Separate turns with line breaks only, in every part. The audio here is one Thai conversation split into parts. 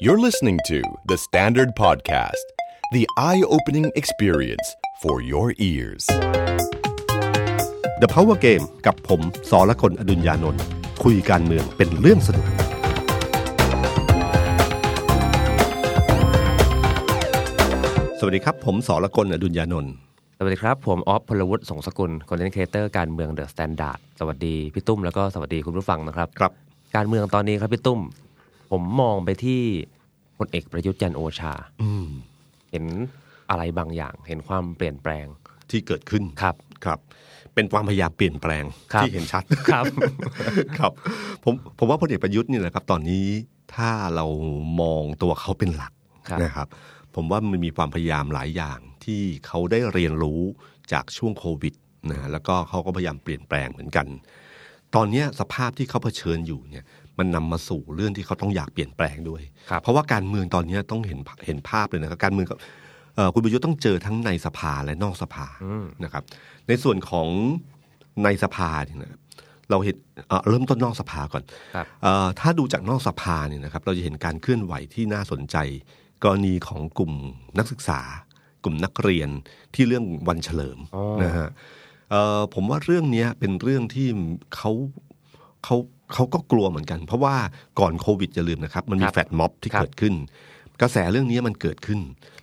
You're listening to The Standard Podcast, the eye opening experience for your ears.
The Power Game กับผมสอละคนอดุญญานนท์คุยการเมืองเป็นเรื่องสนุก สวัสดีครับ ผมสอละคนอดุญญานนท์
สวัสดีครับ ผมออฟพลวุฒิสงสกุลคอนเทนต์ครีเอเตอร์การเมืองเดอะสแตนดาร์ดสวัสดีพี่ตุ้มแล้วก็สวัสดีคุณผู้ฟังนะครับ
ครับ
การเมืองตอนนี้ครับพี่ตุ้ม ผมมองไปที่พลเอกประยุทธ์จันทร์โอชา
อืม
เห็นอะไรบางอย่าง เห็นความเปลี่ยนแปลง
ที่เกิดขึ้น
ครับ
ครับ เป็นความพยายามเปลี่ยนแปลง
ครับ
ที่เห็นชัด
ครับ
ครับ ผมผมว่าพลเอกประยุทธ์นี่แหละครับ ตอนนี้ถ้าเรามองตัวเขาเป็นหลัก
ครับ
นะครับ ผมว่ามันมีความพยายามหลายอย่างที่เขาได้เรียนรู้จากช่วงโควิดนะฮะแล้วก็เขาก็พยายามเปลี่ยนแปลงเหมือนกัน ตอนเนี้ยสภาพที่เขาเผชิญอยู่เนี่ยมันนำมาสู่เรื่องที่เขาต้องอยากเปลี่ยนแปลงด้วย
ครับ
เพราะว่าการเมืองตอนเนี้ยต้องเห็นภาเห็นภาพเลยนะครับการเมืองกับเอ่อคุณประยุทธ์ต้องเจอทั้งในสภาและนอกสภานะครับ ในส่วนของในสภาเนี่ยนะครับเราเห็นเอ่อเริ่มต้นนอกสภาก่อน
ครับ
เอ่อถ้าดูจากนอกสภาเนี่ยนะครับ เราจะเห็นการเคลื่อนไหวที่น่าสนใจ กรณีของกลุ่มนักศึกษา กลุ่มนักเรียนที่เรื่องวันเฉลิม
อ๋อ
นะฮะเอ่อผมว่าเรื่องเนี้ยเป็นเรื่องที่เขาเขาเขาก็กลัวเหมือนกัน เพราะว่าก่อนโควิดอย่าลืมนะครับ มันมี
ครับ
แฟดม็อบที่
ครับ
เกิดขึ้น กระแสเรื่องนี้มันเกิดขึ้น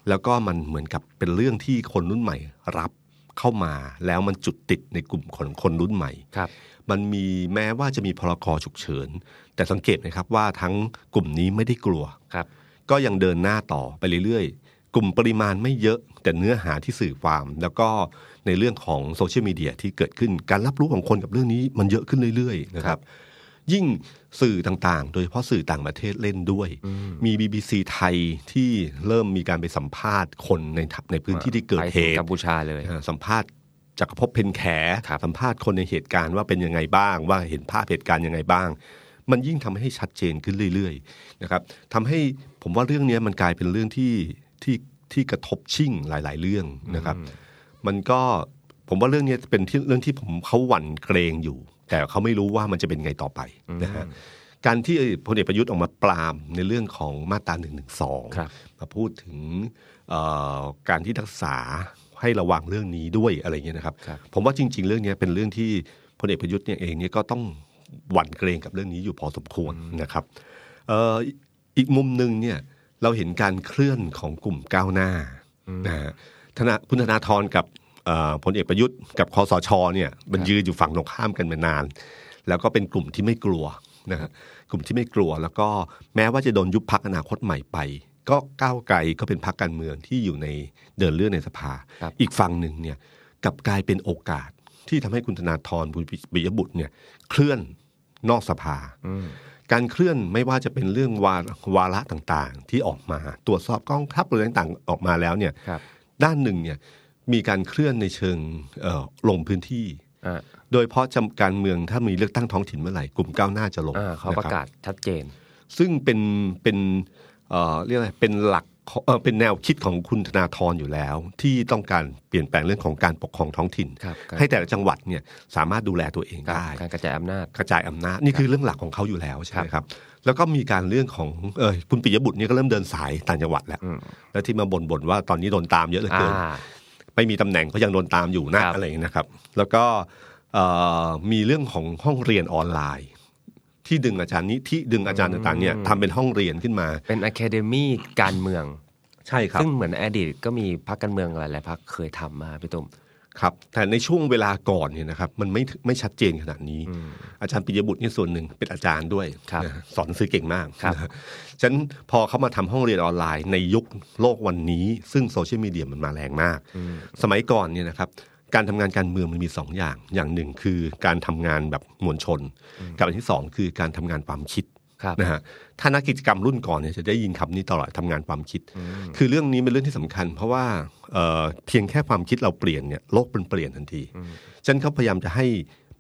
แล้วก็มันเหมือนกับเป็นเรื่องที่คนรุ่นใหม่รับเข้ามาแล้วมันจุดติดในกลุ่มของคนรุ่นใหม่
ครับ
มันมีแม้ว่าจะมีพรกฉุกเฉิน แต่สังเกตนะครับว่าทั้งกลุ่มนี้ไม่ได้กลัว
ครับ
ก็ยังเดินหน้าต่อไปเรื่อยๆ กลุ่มปริมาณไม่เยอะ แต่เนื้อหาที่สื่อความ แล้วก็ในเรื่องของโซเชียลมีเดียที่เกิดขึ้นการรับรู้ของคนกับเรื่องนี้มันเยอะขึ้นเรื่อยๆนะครับ ยิ่งสื่อต่างๆ โดยเฉพาะสื่อต่างประเทศเล่นด้วย มี BBC ไทยที่เริ่มมีการไปสัมภาษณ์คนในทะในพื้นที่ที่เกิดเห
ไปถึง
ตุ
กัมพูชาเลย
อ่าสัมภาษณ์จักรภพเพนแข
ครับ
สัมภาษณ์คนในเหตุการณ์ว่าเป็นยังไงบ้าง ว่าเห็นภาพเหตุการณ์ยังไงบ้าง มันยิ่งทำให้ชัดเจนขึ้นเรื่อยๆนะครับทำให้ผมว่าเรื่องเนี้ยมันกลายเป็นเรื่องที่ที่ที่กระทบชิ่งหลาย ๆ เรื่องนะครับ มันก็ผมว่าเรื่องเนี้ยเป็นที่เรื่องที่ผมเขาหวั่นเกรงอยู่ แต่เขาไม่รู้ว่ามันจะเป็นไงต่อไปนะฮะการที่พลเอกประยุทธ์ออกมาปรามในเรื่องของมาตราหนึ่งหนึ่งสอง
ครับ
มาพูดถึงเอ่อการที่รักษาให้ระวังเรื่องนี้ด้วยอะไรเงี้ยนะครับ
ครับ
ผมว่าจริง ๆ เรื่องเนี้ยเป็นเรื่องที่พลเอกประยุทธ์เนี่ยเองเนี่ยก็ต้องหวั่นเกรงกับเรื่องนี้อยู่พอสมควรนะครับเอ่ออีกมุมหนึ่งเนี่ยเราเห็นการเคลื่อนของกลุ่มก้าวหน้านะฮะธนาคุณธนาธรกับเอ่อพลเอกประยุทธ์กับคอสชเนี่ยมันยืนอยู่ฝั่งตรงข้ามกันมานาน แล้วก็เป็นกลุ่มที่ไม่กลัวนะฮะกลุ่มที่ไม่กลัว แล้วก็แม้ว่าจะโดนยุบพักอนาคตใหม่ไป ก็ก้าวไกลก็เป็นพักการเมืองที่อยู่ในเดินเรื่องในสภา
ครับ
อีกฝั่งหนึ่งเนี่ยกลับกลายเป็นโอกาสที่ทำให้คุณธนาธรบุญปิยบุตรเนี่ยเคลื่อนนอกสภา การเคลื่อนไม่ว่าจะเป็นเรื่องวาวาระต่างๆ ที่ออกมาตรวจสอบกองทัพหรืออะไรต่างๆออกมาแล้วเนี่ย
ครับ
ด้านหนึ่งเนี่ยมีการเคลื่อนในเชิงเอ่อลงพื้นที่
อ่า
โดยเฉพราะจำการเมืองถ้ามีเลือกตั้งท้องถิ่นเมื่อไหร่กลุ่มก้าวหน้าจะลง
อ่าเขา
นค
ป
บ
ระกาศชัดเจน
ซึ่งเป็นเป็นเอ่อเรียกอะไรเป็นหลักเอ่อเป็นแนวคิดของคุณธนาธรอยู่แล้ว ที่ต้องการเปลี่ยนแปลงเรื่องของการปกครองท้องถิ่น
ครับครับ
ให้แต่ละจังหวัดเนี่ยสามารถดูแลตัวเอง
ครับ
ได้
การกระจายอำนาจ
กระจายอำนาจนี่คือเรื่องหลักของเขาอยู่แล้วใช่ไหมครับ แล้วก็มีการเรื่องของเออคุณปิยบุตรเนี่ยก็เริ่มเดินสายต่างจังหวัดแล้ว
อืม
แล้วที่มาบ่นบ่นว่าตอนนี้โดนตามเยอะเหลือ
อ่า
เกิน ไม่มีตำแหน่งก็ยังโดนตามอยู่นะครับ อะไรอย่างนี้นะครับ แล้วก็เอ่อมีเรื่องของห้องเรียนออนไลน์ ที่ดึงอาจารย์นิธิดึงอาจารย์ต่างๆเนี่ยทำเป็นห้องเรียนขึ้นมา
เป็นอะคาเดมี่การเมือง
ใช่ครับ
ซึ่งเหมือนอดีตก็มีพรรคการเมืองหลายๆพรรคเคยทำมาพี่ตุ้ม
ครับ แต่ในช่วงเวลาก่อนเนี่ยนะครับมันไม่ไม่ชัดเจนขนาดนี้ อาจารย์ปิยบุตรเนี่ยส่วนหนึ่งเป็นอาจารย์ด้วย
ครับ
นะสอนหนังสือเก่งมาก
ครับ
นะฉะนันพอเขามาทำห้องเรียนออนไลน์ในยุคโลกวันนี้ ซึ่งโซเชียลมีเดียมันมาแรงมาก สมัยก่อนเนี่ยนะครับการทำงานการเมืองมันมีสองอย่าง อย่างหนึ่งคือการทำงานแบบมวลชน กับอันที่สองคือการทำงานความคิด
ครับ
นะฮะถ้านักกิจกรรมรุ่นก่อนเนี่ยจะได้ยินคำนี้ตลอดทำงานความคิด คือเรื่องนี้เป็นเรื่องที่สำคัญ เพราะว่าเอ่อเพียงแค่ความคิดเราเปลี่ยนเนี่ยโลกมันเปลี่ยนทันที ฉะนันเขาพยายามจะให้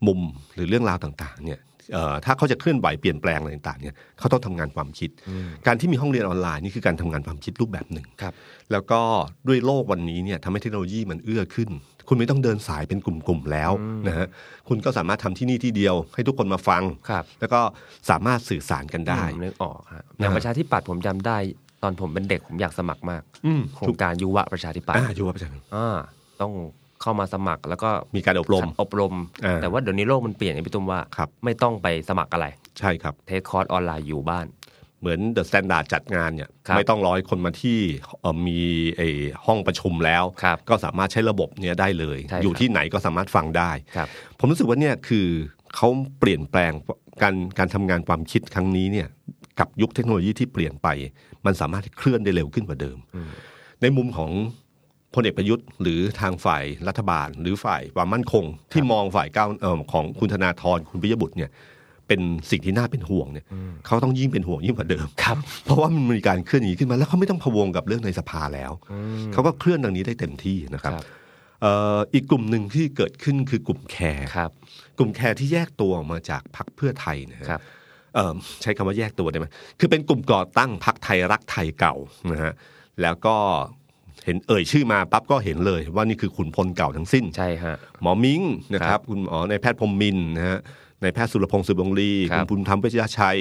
มุมหรือเรื่องราวต่างๆเนี่ย เอ่อถ้าเขาจะเคลื่อนไหวเปลี่ยนแปลงอะไรต่างๆเนี่ยเขาต้องทำงานความคิด การที่มีห้องเรียนออนไลน์นี่คือการทำงานความคิดรูปแบบหนึ่ง
ครับ
แล้วก็ด้วยโลกวันนี้เนี่ยทำให้เทคโนโลยีมันเอื้อขึ้น คุณไม่ต้องเดินสายเป็นกลุ่มๆแล้วนะฮะคุณก็สามารถทำที่นี่ที่เดียว ให้ทุกคนมาฟัง
ครับ
แล้วก็สามารถสื่อสารกันได้
ผมนึกออกฮะอย่างประชาธิปัตย์ผมจำได้ ตอนผมเป็นเด็กผมอยากสมัครมาก
อืม
โครงการยุวะประชาธิปัต
อ่า
ย์
อยู่ว่าประชาชน
อ่าต้องเข้ามาสมัครแล้วก็
มีการอบรม
อบรม
อ่า
แต่ว่าเดี๋ยวนี้โลกมันเปลี่ยนไอ้พี่ตุ้มว่า
ครับ
ไม่ต้องไปสมัครอะไร
ใช่ครับ
เทคคอร์สออนไลน์อยู่บ้าน
เหมือนเดอะสแตนดาร์ดจัดงานเนี่ย
ครับ
ไม่ต้องร้อยคนมาที่เอ่อมีไอห้องประชุมแล้ว
ครับ
ก็สามารถใช้ระบบเนี้ยได้เลย
ใช่ครับ
อยู่ที่ไหนก็สามารถฟังได้
ครับ
ผมรู้สึกว่าเนี่ยคือเขาเปลี่ยนแปลงการการทำงานความคิดครั้งนี้เนี่ยกับยุคเทคโนโลยีที่เปลี่ยนไป มันสามารถเคลื่อนได้เร็วขึ้นกว่าเดิม ในมุมของพลเอกประยุทธ์ หรือทางฝ่ายรัฐบาล หรือฝ่ายความมั่นคง ที่มองฝ่ายก้าวเอ่อของคุณธนาธรคุณปิยบุตรเนี่ยเป็นสิ่งที่น่าเป็นห่วงเนี่ยเขาต้องยิ่งเป็นห่วงยิ่งกว่าเดิม
ครับ
เพราะว่ามันมีการเคลื่อนอย่างนี้ขึ้นมาแล้วเขาไม่ต้องพะวงกับเรื่องในสภาแล้ว เขาก็เคลื่อนทางนี้ได้เต็มที่นะครับ
ครับ
เอ่ออีกกลุ่มหนึ่งที่เกิดขึ้นคือกลุ่มแคร์
ครับ
กลุ่มแคร์ที่แยกตัวออกมาจากพรรคเพื่อไทยนะฮะ
ครับ
เอิ่มใช้คำว่าแยกตัวได้ไหมคือเป็นกลุ่มก่อตั้งพรรคไทยรักไทยเก่านะฮะแล้วก็เห็นเอ่ยชื่อมาปั๊บก็เห็นเลย ว่านี่คือขุนพลเก่าทั้งสิ้น
ใช่ฮะ
หมอมิงนะค
ครั
รั
บบ
คุณหมอในายแพทย์พรหมมินทร์นะฮะในายแพทย์สุรพงศ์สุบงลี
ครับ
คุณภูมิธรรมเวชยชัย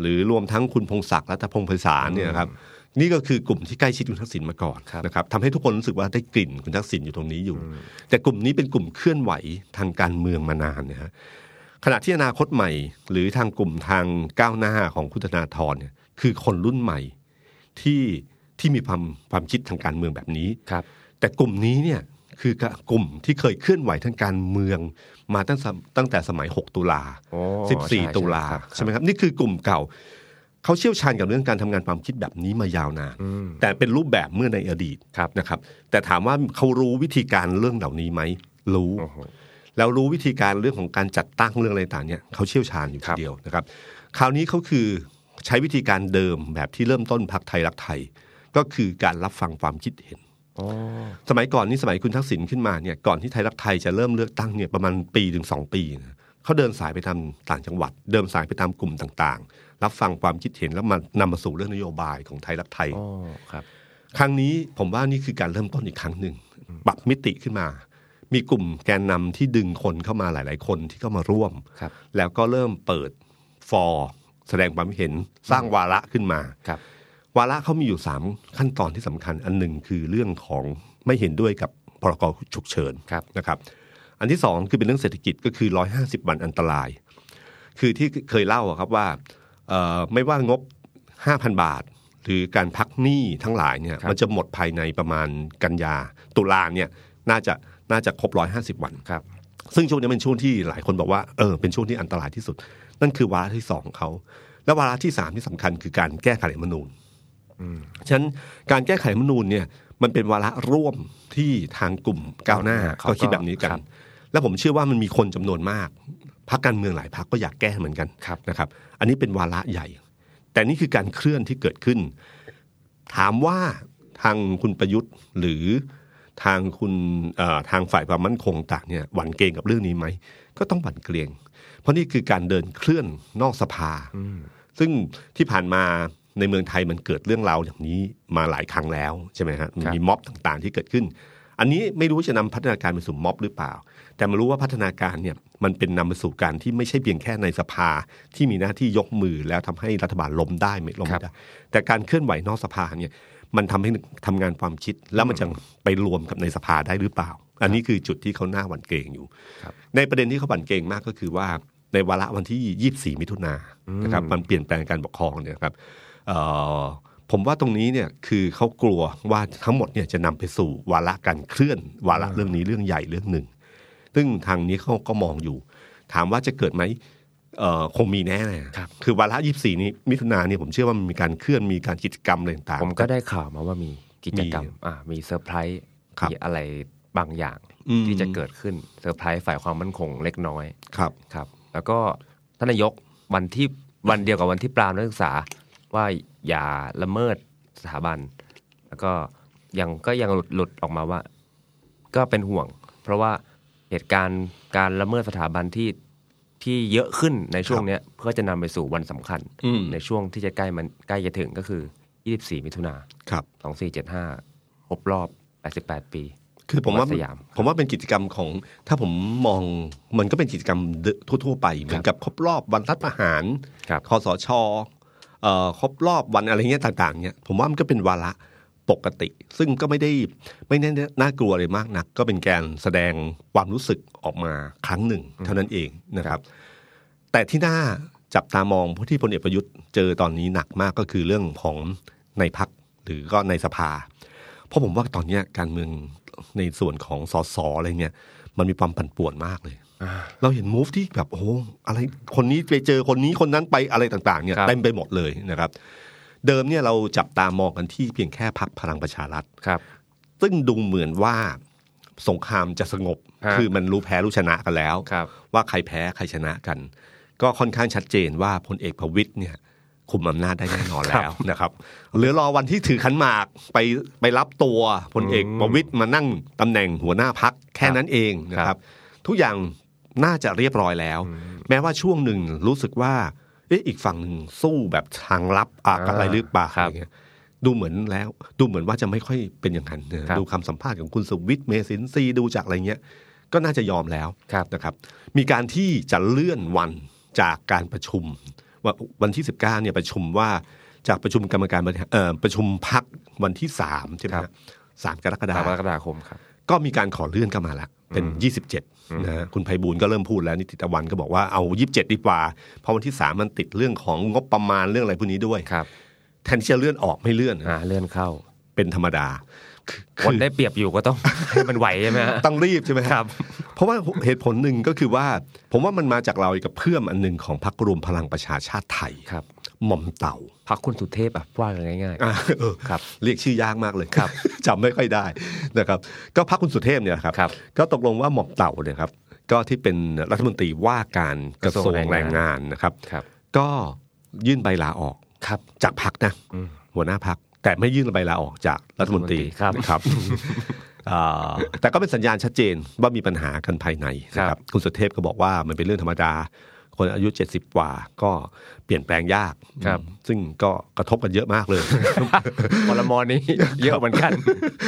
หรือรวมทั้งคุณพงศักดิ์รัตพงศ์ไพศาลเนี่ยนะครับนี่ก็คือกลุ่มที่ใกล้ชิดคุณทักษิณมาก่อนนะครับทำให้ทุกคนรู้สึกว่าได้กลิ่นคุณทักษิณอยู่ตรงนี้อยู่ แต่กลุ่มนี้เป็นกลุ่มเคลื่อนไหวทางการเมืองมานานนะฮะขณะที่อนาคตใหม่ หรือทางกลุ่มทางก้าวหน้าของคุณธนาธรเนี่ยคือคนรุ่นใหม่ที่ที่มีความความคิดทางการเมืองแบบนี้
ครับ
แต่กลุ่มนี้เนี่ยคือกลุ่มที่เคยเคลื่อนไหวทางการเมืองมาตั้งสมตั้งแต่สมัย 6 ตุลา
โอ้ใช่
14 ตุลา
ใช่ครับ
ใช่ไหมครับ นี่คือกลุ่มเก่า เขาเชี่ยวชาญกับเรื่องการทำงานความคิดแบบนี้มายาวนานแต่เป็นรูปแบบเมื่อในอดีต
ครับ
นะครับ แต่ถามว่าเขารู้วิธีการเรื่องเหล่านี้ไหมรู้
โอ้โห
แล้วรู้วิธีการเรื่องของการจัดตั้งเรื่องอะไรต่างเนี่ยเขาเชี่ยวชาญอยู่
ครั
ที
บ
เดียวนะครับ คราวนี้เขาคือใช้วิธีการเดิมแบบที่เริ่มต้นพักไทยรักไทย ก็คือการรับฟังความคิดเห็น
อ๋อ
สมัยก่อนนี่สมัยคุณทักษิณขึ้นมาเนี่ยก่อนที่ไทยรักไทยจะเริ่มเลือกตั้งเนี่ยประมาณปีถึงสองปีนะเขาเดินสายไปตามต่างจังหวัด เดินสายไปตามกลุ่มต่างๆ รับฟังความคิดเห็นแล้วมานำมาสู่เรื่องนโยบายของไทยรักไทย
อ๋อ ครับ
ครั้งนี้ผมว่านี่คือการเริ่มต้นอีกครั้งหนึ่งปรับมิติขึ้นมา มีกลุ่มแกนนำที่ดึงคนเข้ามาหลาย ๆ คนที่เข้ามาร่วม
ครับ
แล้วก็เริ่มเปิดฟอร์แสดงความเห็นสร้างวาระขึ้นมา
ครับ
วาระเขามีอยู่ 3 ขั้นตอนที่สำคัญอันหนึ่งคือเรื่องของไม่เห็นด้วยกับพรกฉุกเฉิน
ครับ
นะครับ อันที่ 2 คือเป็นเรื่องเศรษฐกิจก็คือ 150 วันอันตราย คือที่เคยเล่าอะครับว่าเอ่อไม่ว่างบ 5,000 บาท หรือการพักหนี้ทั้งหลายเนี่ย
ครับ
มันจะหมดภายในประมาณกันยาตุลาเนี่ยน่าจะน่าจะครบ 150 วัน
ครับ
ซึ่งช่วงนี้เป็นช่วงที่หลายคนบอกว่าเออเป็นช่วงที่อันตรายที่สุด นั่นคือวาระที่สองเขา และวาระที่สามที่สำคัญคือการแก้ไขรัฐธรรมนูญฉะนั้นการแก้ไขรัฐธรรมนูญเนี่ยมันเป็นวาระร่วมที่ทางกลุ่มก้าวหน้า
เขาก็
ก็คิดแบบนี้กั
ครั
น
บ
และผมเชื่อว่ามันมีคนจำนวนมากพักการเมืองหลายพักก็อยากแก้เหมือนกัน
ครับ
นะครับ อันนี้เป็นวาระใหญ่ แต่นี่คือการเคลื่อนที่เกิดขึ้น ถามว่าทางคุณประยุทธ์หรือทางคุณเอ่อทางฝ่ายความมั่นคงต่างเนี่ยหวั่นเกรงกับเรื่องนี้ไหม ก็ต้องหวั่นเกรง เพราะนี่คือการเดินเคลื่อนนอกสภา ซึ่งที่ผ่านมาในเมืองไทยมันเกิดเรื่องราวอย่างนี้มาหลายครั้งแล้วใช่ไหมฮะ
ครับ
มีม็อบต่างๆ ที่เกิดขึ้น อันนี้ไม่รู้จะนำพัฒนาการไปสู่ม็อบหรือเปล่า แต่มารู้ว่าพัฒนาการเนี่ยมันเป็นนำไปสู่การที่ไม่ใช่เพียงแค่ในสภาที่มีหน้าที่ยกมือแล้วทำให้รัฐบาลล้มได้ไม่ล้มไม่ได้ แต่การเคลื่อนไหวนอกสภาเนี่ยมันทำให้ทำงานความคิดแล้วมันจะไปรวมกับในสภาได้หรือเปล่า อันนี้คือจุดที่เขาหน้าหวั่นเกรงอยู่
ครับ
ในประเด็นที่เขาบั่นเกรงมากก็คือว่าในวาระวันที่ 24 มิถุนายนนะครับมันเปลี่ยนแปลงการปกครองเนี่ยครับเอ่อผมว่าตรงนี้เนี่ยคือเขากลัวว่าทั้งหมดเนี่ยจะนำไปสู่วาระการเคลื่อน วาระเรื่องนี้เรื่องใหญ่เรื่องหนึ่ง ซึ่งทางนี้เขาก็มองอยู่ ถามว่าจะเกิดไหมเอ่อคงมีแน่เลย
ครับ
คือวาระ 24 นี้มิถุนายนเนี่ยผมเชื่อว่ามันมีการเคลื่อนมีการกิจกรรมอะไรต่างๆ
ผมก็ได้ข่าวมาว่ามีกิจกรรม
มี
อ่า มีเซอร์ไพรส์
ครับ
มีอะไรบางอย่าง
อืม
ที่จะเกิดขึ้น เซอร์ไพรส์ฝ่ายความมั่นคงเล็กน้อย
ครับ
ครับ แล้วก็ท่านนายกวันที่วันเดียวกับวันที่ปรามนักศึกษาว่าอย่าละเมิดสถาบัน แล้วก็ยังก็ยังหลุดหลุดออกมาว่า ก็เป็นห่วง เพราะว่าเหตุการณ์การละเมิดสถาบันที่ท ที่เยอะขึ้นในช่วงเนี้ยเพื่อจะนำไปสู่วันสำคัญ
อืม
ในช่วงที่จะใกล้มันใกล้จะถึงก็คือ 24 มิถุนา
ครับ
2475ครบรอบ 88 ปี
คือผมว่า
วัดสยาม
ผมว่าเป็นกิจกรรมของ ถ้าผมมองมันก็เป็นกิจกรรมเดทั่ว ๆ ไป เหมือนกับครบรอบวันรัฐประหาร
ครับ
คอสชเอ่อครบรอบวันอะไรเงี้ยต่างๆเนี่ยผมว่ามันก็เป็นวาระปกติ ซึ่งก็ไม่ได้ไม่ได้น่ากลัวอะไรมากนัก ก็เป็นการแสดงความรู้สึกออกมาครั้งหนึ่ง เท่านั้นเองนะครับ แต่ที่น่าจับตามองเพราะที่พลเอกประยุทธ์เจอตอนนี้หนักมากก็คือเรื่องของในพักหรือก็ในสภา เพราะผมว่าตอนเนี้ยการเมืองในส่วนของสสอะไรเนี่ย มันมีความปั่นป่วนมากเลย เราเห็นมูฟที่แบบโอ้โหอะไรคนนี้ไปเจอคนนี้คนนั้นไปอะไรต่างๆเนี่ย
ครับ
เต็มไปหมดเลยนะครับ เดิมเนี่ยเราจับตามองกันที่เพียงแค่พักพลังประชารัฐ
ครับ
ซึ่งดูเหมือนว่าสงครามจะสงบ
ฮะ
คือมันรู้แพ้รู้ชนะกันแล้ว
ครับ
ว่าใครแพ้ใครชนะกัน ก็ค่อนข้างชัดเจนว่าพลเอกประวิตยเนี่ย คุมอำนาจได้แน่นอนแล้วนะครับเหลือรอวันที่ถือขันหมากไปไปรับตัวพลเอกประวิตยมานั่งตำแหน่งหัวหน้าพักแค่นั้นเองนะครับ ทุกอย่างน่าจะเรียบร้อยแล้ว แม้ว่าช่วงหนึ่งรู้สึกว่าเอ๊ะอีกฝั่งหนึ่งสู้แบบทางลับอะอะไรหรือเปล่า
ครั
อะ
บ
ไรเงี้ย ดูเหมือนแล้ว ดูเหมือนว่าจะไม่ค่อยเป็นอย่างนั้นนะครับ ดูคำสัมภาษณ์ของคุณสุวิทย์เมสินซีย์ดูจากอะไรเงี้ย ก็น่าจะยอมแล้ว
ครับ
นะครับ มีการที่จะเลื่อนวันจากการประชุม ว่าวันที่ 19เนี่ยประชุมว่าจากประชุมกรรมการบริหารเอ่อประชุมพักวันที่3ใช่ไหม
ครั
ฮะ
บ
สามกรกฎา
3
ค
ก
ม
รกฎาคมครับ
ก็มีการขอเลื่อนเข้ามาละเป็น 27นะฮะคุณไพบูลย์ก็เริ่มพูดแล้วนิติตะวันก็บอกว่าเอา 27 ดีกว่า เพราะวันที่ 3 มันติดเรื่องของงบประมาณเรื่องอะไรพวกนี้ด้วย
ครับ
แทนที่จะเลื่อนออกไม่เลื่อนนะ
อ่าเลื่อนเข้า
เป็นธรรมดาคือ
คนได้เปรียบอยู่ก็ต้อง ให้มันไหวใช่ไหมฮะ
ต้องรีบใช่ไหม
ครับ
เพราะว่าเหตุผลหนึ่งก็คือว่า ผมว่ามันมาจากเรากับเพื่อมอันหนึ่งของพรรครวมพลังประชาชาติไทย
ครับ
หม่อมเต่า
พักคุณสุเทพอ่ะว่ากันง่าย
อ่าเออ
ครับ
เรียกชื่อยากมากเลย
ครับ
จำไม่ค่อยได้นะครับก็พรรคคุณสุเทพเนี่ยนะครั
ๆครับ
ก็ตกลงว่าหม่อมเต่าเนี่ยครับก็ที่เป็นรัฐมนตรีว่าการกระทรวงแรงงานนะครับ
ครับ
ก็ยื่นใบลาออก
ครับ
จากพักนะ
อืม
หัวหน้าพัก แต่ไม่ยื่นใบลาออกจากรัฐมนตรี
ครับ
นะครับ อ่าแต่ก็เป็นสัญญาณชัดเจนว่ามีปัญหากันภายในนะครับคุณสุเทพก็บอกว่ามันเป็นเรื่องธรรมดา คนอายุ 70 กว่าก็เปลี่ยนแปลงยาก
ครับ
ซึ่งก็กระทบกันเยอะมากเลย
พลมอนี้เยอะเหมือนกัน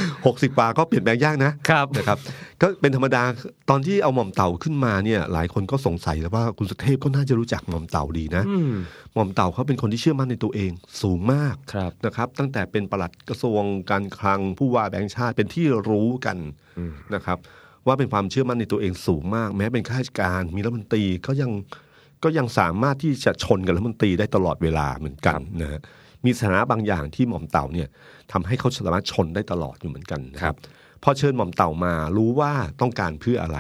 60 กว่าก็เปลี่ยนแปลงยากนะ
ครับ
นะครับก็เป็นธรรมดาตอนที่เอาหม่อมเต่าขึ้นมาเนี่ยหลายคนก็สงสัยแล้วว่าคุณสุเทพก็น่าจะรู้จักหม่อมเต่าดีนะ
อืม
หม่อมเต่าเขาเป็นคนที่เชื่อมั่นในตัวเองสูงมาก
ครับ
นะครับ ตั้งแต่เป็นปลัดกระทรวงการคลังผู้ว่าแบงค์ชาติเป็นที่รู้กันนะครับ ว่าเป็นความเชื่อมั่นในตัวเองสูงมาก แม้เป็นข้าราชการมีรัฐมนตรีก็ยังก็ยังสามารถที่จะชนกับรัฐมนตรีได้ตลอดเวลาเหมือนกันนะฮะมีสถานะบางอย่างที่หม่อมเต่าเนี่ยทำให้เขาสามารถชนได้ตลอดอยู่เหมือนกันนะค
ครั
รับ
บ
พอเชิญหม่อมเต่ามารู้ว่าต้องการเพื่ออะไร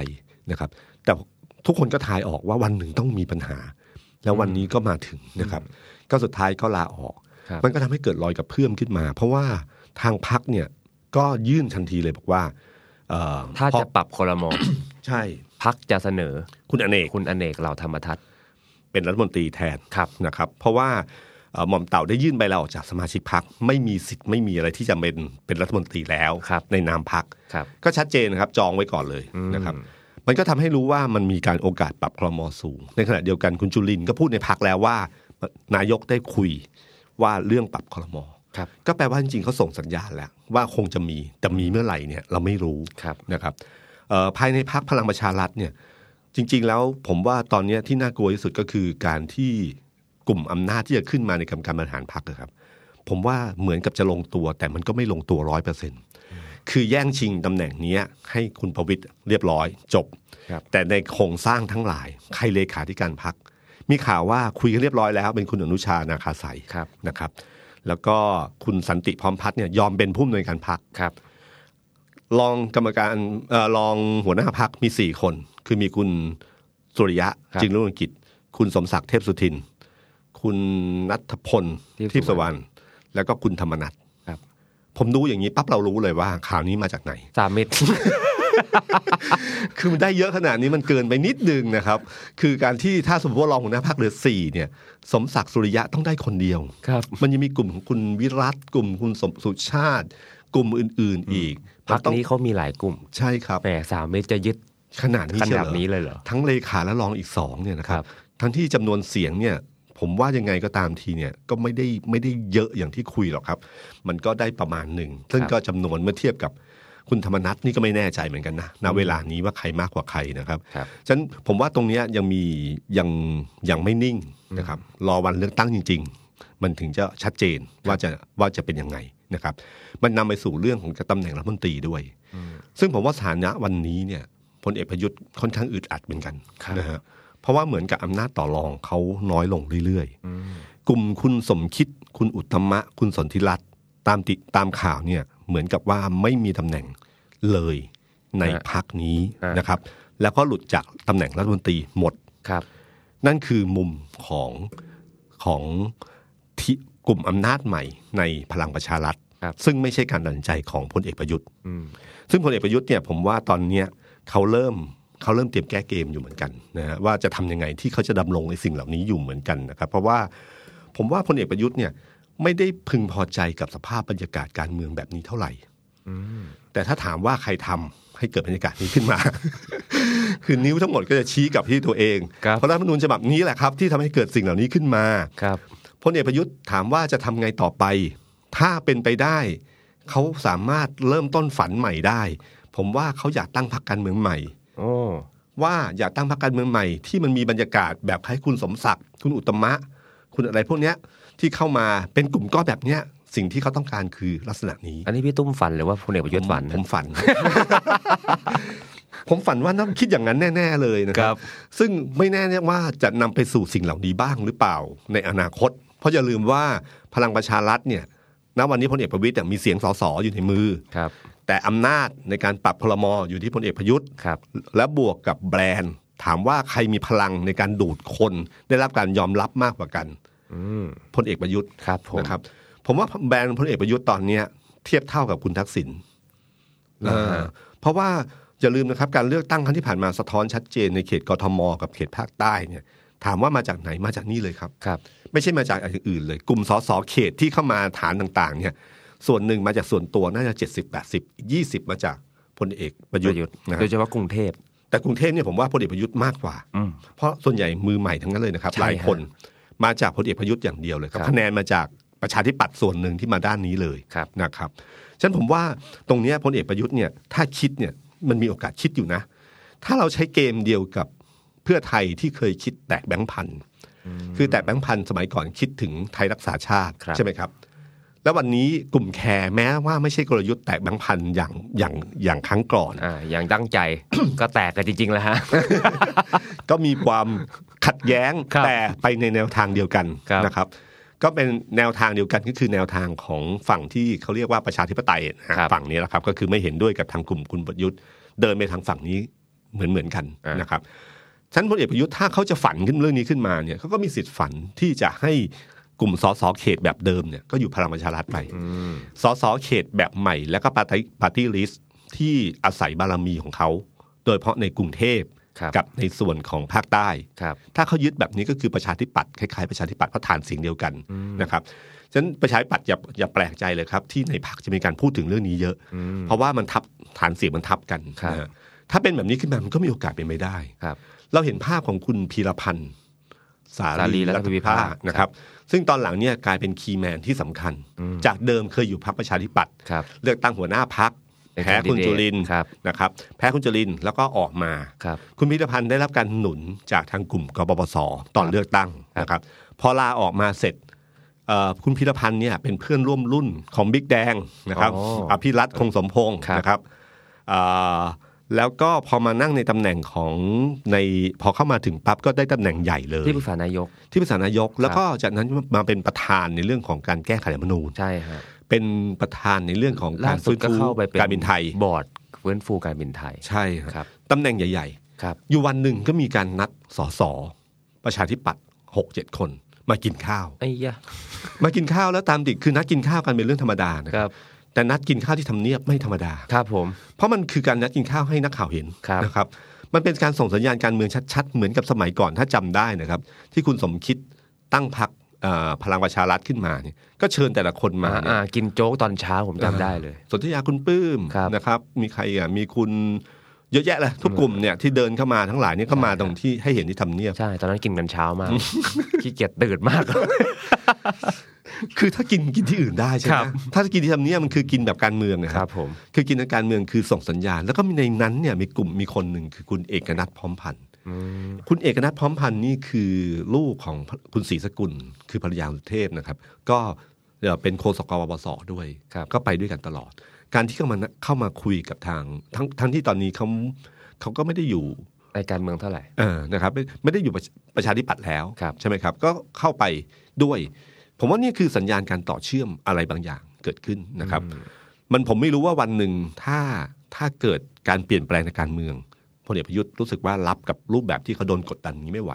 นะครับ แต่ทุกคนก็ทายออกว่าวันหนึ่งต้องมีปัญหา แล้ววันนี้ก็มาถึงนะครับ ก็สุดท้ายก็ลาออก
ครับ
มันก็ทำให้เกิดรอยกับเพื่อมขึ้นมา เพราะว่าทางพักเนี่ยก็ยื่นทันทีเลยบอกว่าเอ่อ
ถ้า
เพ
จะ
ราะ
ปรับคลมอ
ใช่
พักจะเสนอ
คุณอเนก
คุณอเนกเหล่าธรรมทัศน์
เป็นรัฐมนตรีแทน
ครับ
นะครับ เพราะว่าเอ่อหม่อมเต่าได้ยื่นใบลาออกจากสมาชิกพักไม่มีสิทธิ์ไม่มีอะไรที่จะเป็นเป็นรัฐมนตรีแล้ว
ครับ
ในนามพัก
ครับ
ก็ชัดเจนนะครับจองไว้ก่อนเลยนะครับ มันก็ทำให้รู้ว่ามันมีการโอกาสปรับครมสูง ในขณะเดียวกันคุณจุลินทร์ก็พูดในพักแล้วว่า นายกได้คุยว่าเรื่องปรับครม
ครับ
ก็แปลว่าจริงๆเขาส่งสัญญาณแล้ว ว่าคงจะมีแต่มีเมื่อไหร่เนี่ยเราไม่รู้
ครับ
นะครับเอ่อภายในพักพลังประชารัฐเนี่ยจริง ๆ แล้วผมว่าตอนเนี้ยที่น่ากลัวที่สุดก็คือการที่กลุ่มอำนาจที่จะขึ้นมาในกรรมการบริหารพรรคอะครับ ผมว่าเหมือนกับจะลงตัว แต่มันก็ไม่ลงตัวร้อยเปอร์เซ็นต คือแย่งชิงตำแหน่งเนี้ยให้คุณประวิตยเรียบร้อยจบ
ครับ
แต่ในโครงสร้างทั้งหลาย ใครเลขาธิการพัก มีข่าวว่าคุยกันเรียบร้อยแล้ว เป็นคุณอนุชานาคาใสย
ครับ
นะครับ แล้วก็คุณสันติพร้อมพัฒน์เนี่ยยอมเป็นผู้อำนวยการพัก
ครับ
รองกรรมการเอ่อรองหัวหน้าพักมีสี่คน คือมีคุณสุริยะ
ครับ
จึงรุ่งเรืองกิจ คุณสมศักดิ์เทพสุทิน คุณนัทพลทิพย์สวรรค์แล้วก็คุณธรรมนัท
ครับ
ผมดูอย่างนี้ปั๊บเรารู้เลยว่าข่าวนี้มาจากไหน
สามมิตร
คือมันได้เยอะขนาดนี้มันเกินไปนิดนึงนะครับ คือการที่ถ้าสมมติว่ารองหัวหน้าพักเหลือสี่เนี่ย สมศักดิ์สุริยะต้องได้คนเดียว
ครับ
มันยังมีกลุ่มของคุณวิรัตกลุ่มคุณสมสุชาติ กลุ่มอื่น ๆ อีก
พัก
มัต้อง
นี้เขามีหลายกลุ่ม
ใช่ครับ
แหมสามมิตรจะยึด
ขนาดนี้
ข
เชียว
นาด
เหรอ
นี้เลยเหรอ
ทั้งเลขาและรองอีกสองเนี่ยนะค
ครั
รับ
บ
ทั้งที่จำนวนเสียงเนี่ย ผมว่ายังไงก็ตามทีเนี่ยก็ไม่ได้ไม่ได้เยอะอย่างที่คุยหรอกครับ มันก็ได้ประมาณหนึ่ง ซึ่งก็จำนวนเมื่อเทียบกับคุณธรรมนัทนี่ก็ไม่แน่ใจเหมือนกันนะณเวลานี้ว่าใครมากกว่าใครนะครับ
ครับ
ฉะนั้นผมว่าตรงเนี้ยยังมียังยังไม่นิ่งนะครับ รอวันเลือกตั้งจริง ๆ มันถึงจะชัดเจนว่าจะว่าจะเป็นยังไงนะครับ มันนำไปสู่เรื่องของตำแหน่งรัฐมนตรีด้วย ซึ่งผมว่าสถานะวันนี้เนี่ยพลเอกประยุทธ์ค่อนข้างอึดอัดเหมือนกัน
ครับ
นะฮะเพราะว่าเหมือนกับอำนาจต่อรองเขาน้อยลงเรื่อยๆ กลุ่มคุณสมคิด คุณอุตตมะ คุณสนธิรัตน์ตามติตามข่าวเนี่ยเหมือนกับว่าไม่มีตำแหน่งเลยในพักนี้นะครับ แล้วก็หลุดจากตำแหน่งรัฐมนตรีหมด
ครับ
นั่นคือมุมของของที่กลุ่มอำนาจใหม่ในพลังประชารัฐ
ครับ
ซึ่งไม่ใช่การตัดสินใจของพลเอกประยุทธ์
อืม
ซึ่งพลเอกประยุทธ์เนี่ยผมว่าตอนเนี้ยเขาเริ่มเขาเริ่มเตรียมแก้เกมอยู่เหมือนกันนะฮะว่าจะทำยังไงที่เขาจะดำรงในสิ่งเหล่านี้อยู่เหมือนกันนะครับ เพราะว่าผมว่าพลเอกประยุทธ์เนี่ยไม่ได้พึงพอใจกับสภาพบรรยากาศการเมืองแบบนี้เท่าไหร่แต่ถ้าถามว่าใครทำให้เกิดบรรยากาศนี้ขึ้นมา คือนิ้วทั้งหมดก็จะชี้กลับที่ตัวเอง
ครับ
เพราะรัฐธรรมนูญฉบับนี้แหละครับ ที่ทำให้เกิดสิ่งเหล่านี้ขึ้นมา
ครับ
พลเอกประยุทธ์ถามว่าจะทำไงต่อไป ถ้าเป็นไปได้ เขาสามารถเริ่มต้นฝันใหม่ได้ ผมว่าเขาอยากตั้งพรรคการเมืองใหม่
โอ้
ว่าอยากตั้งพรรคการเมืองใหม่ที่มันมีบรรยากาศแบบคล้ายคุณสมศักดิ์คุณอุตตมะ คุณอะไรพวกเนี้ยที่เข้ามาเป็นกลุ่มก้อนแบบเนี้ยสิ่งที่เขาต้องการคือลักษณะนี้
อันนี้พี่ตุ้มฝันหรือว่าพลเอกประยุทธ์ฝัน
ผมฝัน ผมฝันว่าน้องคิดอย่างนั้นแน่ ๆ เลยนะค
ครั
รับ
บ
ซึ่งไม่แน่เนี่ยว่าจะนำไปสู่สิ่งเหล่านี้บ้างหรือเปล่าในอนาคต เพราะอย่าลืมว่าพลังประชารัฐเนี่ยณวันนี้พลเอกประวิตยมีเสียงสสอยู่ในมือ
ครับ
แต่อำนาจในการปรับพลมอยู่ที่พลเอกประยุทธ์
ครับ
และบวกกับแบรนด์ ถามว่าใครมีพลังในการดูดคน ได้รับการยอมรับมากกว่ากัน
อืม
พลเอกประยุทธ์
ครับผม
นะครับ ผมว่าแบรนด์พลเอกประยุทธ์ตอนเนี้ยเทียบเท่ากับคุณทักษิณ
อ่าฮะ
เพราะว่าอย่าลืมนะครับการเลือกตั้งครั้งที่ผ่านมาสะท้อนชัดเจนในเขตกทม กับเขตภาคใต้เนี่ยถามว่ามาจากไหนมาจากนี่เลยครับ
ครับ
ไม่ใช่มาจากอย่างอื่นเลย กลุ่มสสเขตที่เข้ามาฐานต่างๆเนี่ยส่วนหนึ่งมาจากส่วนตัวน่าจะ 70 80อีก20 มาจากพลเอกประ
ป
ยุท
ระยุท
ธ์
ธ์
นะค
โด
รั
ย
บ
เฉพาะกรุงเทพ
แต่กรุงเทพเนี่ยผมว่าพลเอกประยุทธ์มากกว่า
อืม
เพราะส่วนใหญ่มือใหม่ทั้งนั้นเลยนะครับห
ใช่ฮะ
ลายคนมาจากพลเอกประยุทธ์อย่างเดียวเลยครับ
ครับ
คะแนนมาจากประชาธิปัตย์ส่วนหนึ่งที่มาด้านนี้เลย
ครับ
นะครับฉะนั้นผมว่าตรงเนี้ยพลเอกประยุทธ์เนี่ยถ้าคิดเนี่ยมันมีโอกาสคิดอยู่นะ ถ้าเราใช้เกมเดียวกับเพื่อไทยที่เคยคิดแตกแบงค์พันธุ์คือแตกแบงค์พันธุ์สมัยก่อนคิดถึงไทยรักษาชาติ
ครับ
ใช่ไหมครับ แล้ววันนี้กลุ่มแคร์แม้ว่าไม่ใช่กลยุทธ์แตกแบงค์พันธุ์อย่างอย่างอย่างครั้งก่อน
อ่า อย่างตั้ง ใจ ก็แตกกันจริง ๆ แล้วฮะ
ก็มีความขัดแย้ง
ครับ
แต่ไปในแนวทางเดียวกัน
ครับ
นะครับ ก็เป็นแนวทางเดียวกันก็คือแนวทางของฝั่งที่เขาเรียกว่าประชาธิปไตยนะฮะ
ครับ
ฝั่งนี้แหละครับ ก็คือไม่เห็นด้วยกับทางกลุ่มคุณประยุทธ์เดินไปทางฝั่งนี้เหมือนเหมือนๆกัน
อ่าน
นะครับฉะนันพลเอกประยุทธ์ถ้าเขาจะฝันขึ้นเรื่องนี้ขึ้นมาเนี่ยเขาก็มีสิทธิ์ฝันที่จะให้กลุ่มสสเขตแบบเดิมเนี่ยก็อยู่พลังประชารัฐไป สสเขตแบบใหม่และก็ปาร์ตี้ปาร์ตี้ลิสต์ที่อาศัยบารมีของเขา โดยเฉพาะในกรุงเทพ
ครับ
กับในส่วนของภาคใต้
ครับ
ถ้าเขายึดแบบนี้ก็คือประชาธิปัตย์คล้ายๆประชาธิปัตย์เพราะฐานเสียงเดียวกันนะครับฉะนั้นประชาธิปัตย์อย่าอย่าแปลกใจเลยครับ ที่ในพรรคจะมีการพูดถึงเรื่องนี้เยอะ เพราะว่ามันทับฐานเสียงมันทับกัน
ครับ
นะฮะถ้าเป็นแบบนี้ขึ้นมามันก็มีโอกาสเป็นไปได้
ครับ
เราเห็นภาพของคุณพีรพันธ์สา
สา
ลี
ลีรั
รั
ต
ต
น
น
พิ
พิ
ภา
ภา
ค
คนะครับ ซึ่งตอนหลังเนี่ยกลายเป็นคีย์แมนที่สำคัญ จากเดิมเคยอยู่พรรคประชาธิปัตย์
ครับ
เลือกตั้งหัวหน้าพัก
เป็น
แพ้คุณ
candidate
จุลินทร์
ครับ
นะครับแพ้คุณจุลินทร์แล้วก็ออกมา
ครับ
คุณพิรพันธ์ได้รับการหนุนจากทางกลุ่มกบปสตอนเลือกตั้งนะครับ พอลาออกมาเสร็จเอ่อคุณพิรพันธ์เนี่ยเป็นเพื่อนร่วมรุ่นของบิ๊กแดงนะครับ
อ๋อ
อภิรัตคงสมพงศ์
ครับ
นะครับเอ่อแล้วก็พอมานั่งในตำแหน่งของในพอเข้ามาถึงปั๊บก็ได้ตำแหน่งใหญ่เลย
ที่ปรึกษานายก
ที่ปรึกษานายก แล้วก็จากนั้นมาเป็นประธานในเรื่องของการแก้ไขรัฐธรรมนูญ
ใช่ฮะ
เป็นประธานในเรื่องของ
ล่า
การ
สุด
ฟื้น
ก็
ฟู
เข้าไปเป็น
การบินไทย
บอร์ดฟื้นฟูการบินไทย
ใช่ค
ครั
รับบ ตำแหน่งใหญ่ ๆ
ครับ
อยู่วันหนึ่งก็มีการนัดสสประชาธิปัตย์หกเจ็ดคน มากินข้าว
ไอ้ยะ
มากินข้าวแล้วตามติดคือนัดกินข้าวกันเป็นเรื่องธรรมดานะ
ค
ค
รั
รับบ แต่นัดกินข้าวที่ทำเนียบไม่ธรรมดา
ครับผม
เพราะมันคือการนัดกินข้าวให้นักข่าวเห็น
ครับ
นะครับ มันเป็นการส่งสัญญาณการเมืองชัดๆ เหมือนกับสมัยก่อนถ้าจำได้นะครับ ที่คุณสมคิดตั้งพรรคเอ่อพลังประชารัฐขึ้นมาเนี่ยก็เชิญแต่ละคนมา
อ่า
เนี่ย
อ่ากินโจ๊กตอนเช้าผมจำได้เลย
สนธยาคุณปลื้ม
ครับ
นะครับ มีใครอ่ะมีคุณ เยอะแยะเลยทุกกลุ่มเนี่ยที่เดินเข้ามาทั้งหลายเนี่ยเข้ามาตรงที่ให้เห็นที่ทำเนียบ
ใช่ ตอนนั้นกินกันเช้ามาก ขี้เกียจตื่นมาก
คือถ้ากินกินที่อื่นได้ใช่ไห
ครั
ม
บ
ถ้ากินที่ทำเนียบมันคือกินแบบการเมืองนะ
ค
ค
รั
รั
บบ ผม
คือกินทางการเมืองคือส่งสัญญาณ แล้วก็มีในนั้นเนี่ยมีกลุ่มมีคนหนึ่งคือคุณเอกนัทพร้อมพันธ์คุณเอกนัทพร้อมพันธ์นี่คือลูกของคุณศรีสกุล คือภรรยาคุณเทพนะครับ ก็เอ่อเป็นโฆษกกบสด้วย
ครับ
ก็ไปด้วยกันตลอด การที่เข้ามาเข้ามาคุยกับทางทั้งทั้งที่ตอนนี้เขาเขาก็ไม่ได้อยู่
ในการเมืองเท่าไหร่
เออนะครับไม่ไม่ได้อยู่ประชประชาธิปัตย์แล้ว
ครับ
ใช่ไหมครับ ก็เข้าไปด้วย ผมว่านี่คือสัญญาณการต่อเชื่อมอะไรบางอย่างเกิดขึ้นนะครับ มันผมไม่รู้ว่าวันหนึ่งถ้าถ้าเกิดการเปลี่ยนแปลงในการเมืองพลเอกประยุทธ์รู้สึกว่ารับกับรูปแบบที่เขาโดนกดดันนี้ไม่ไหว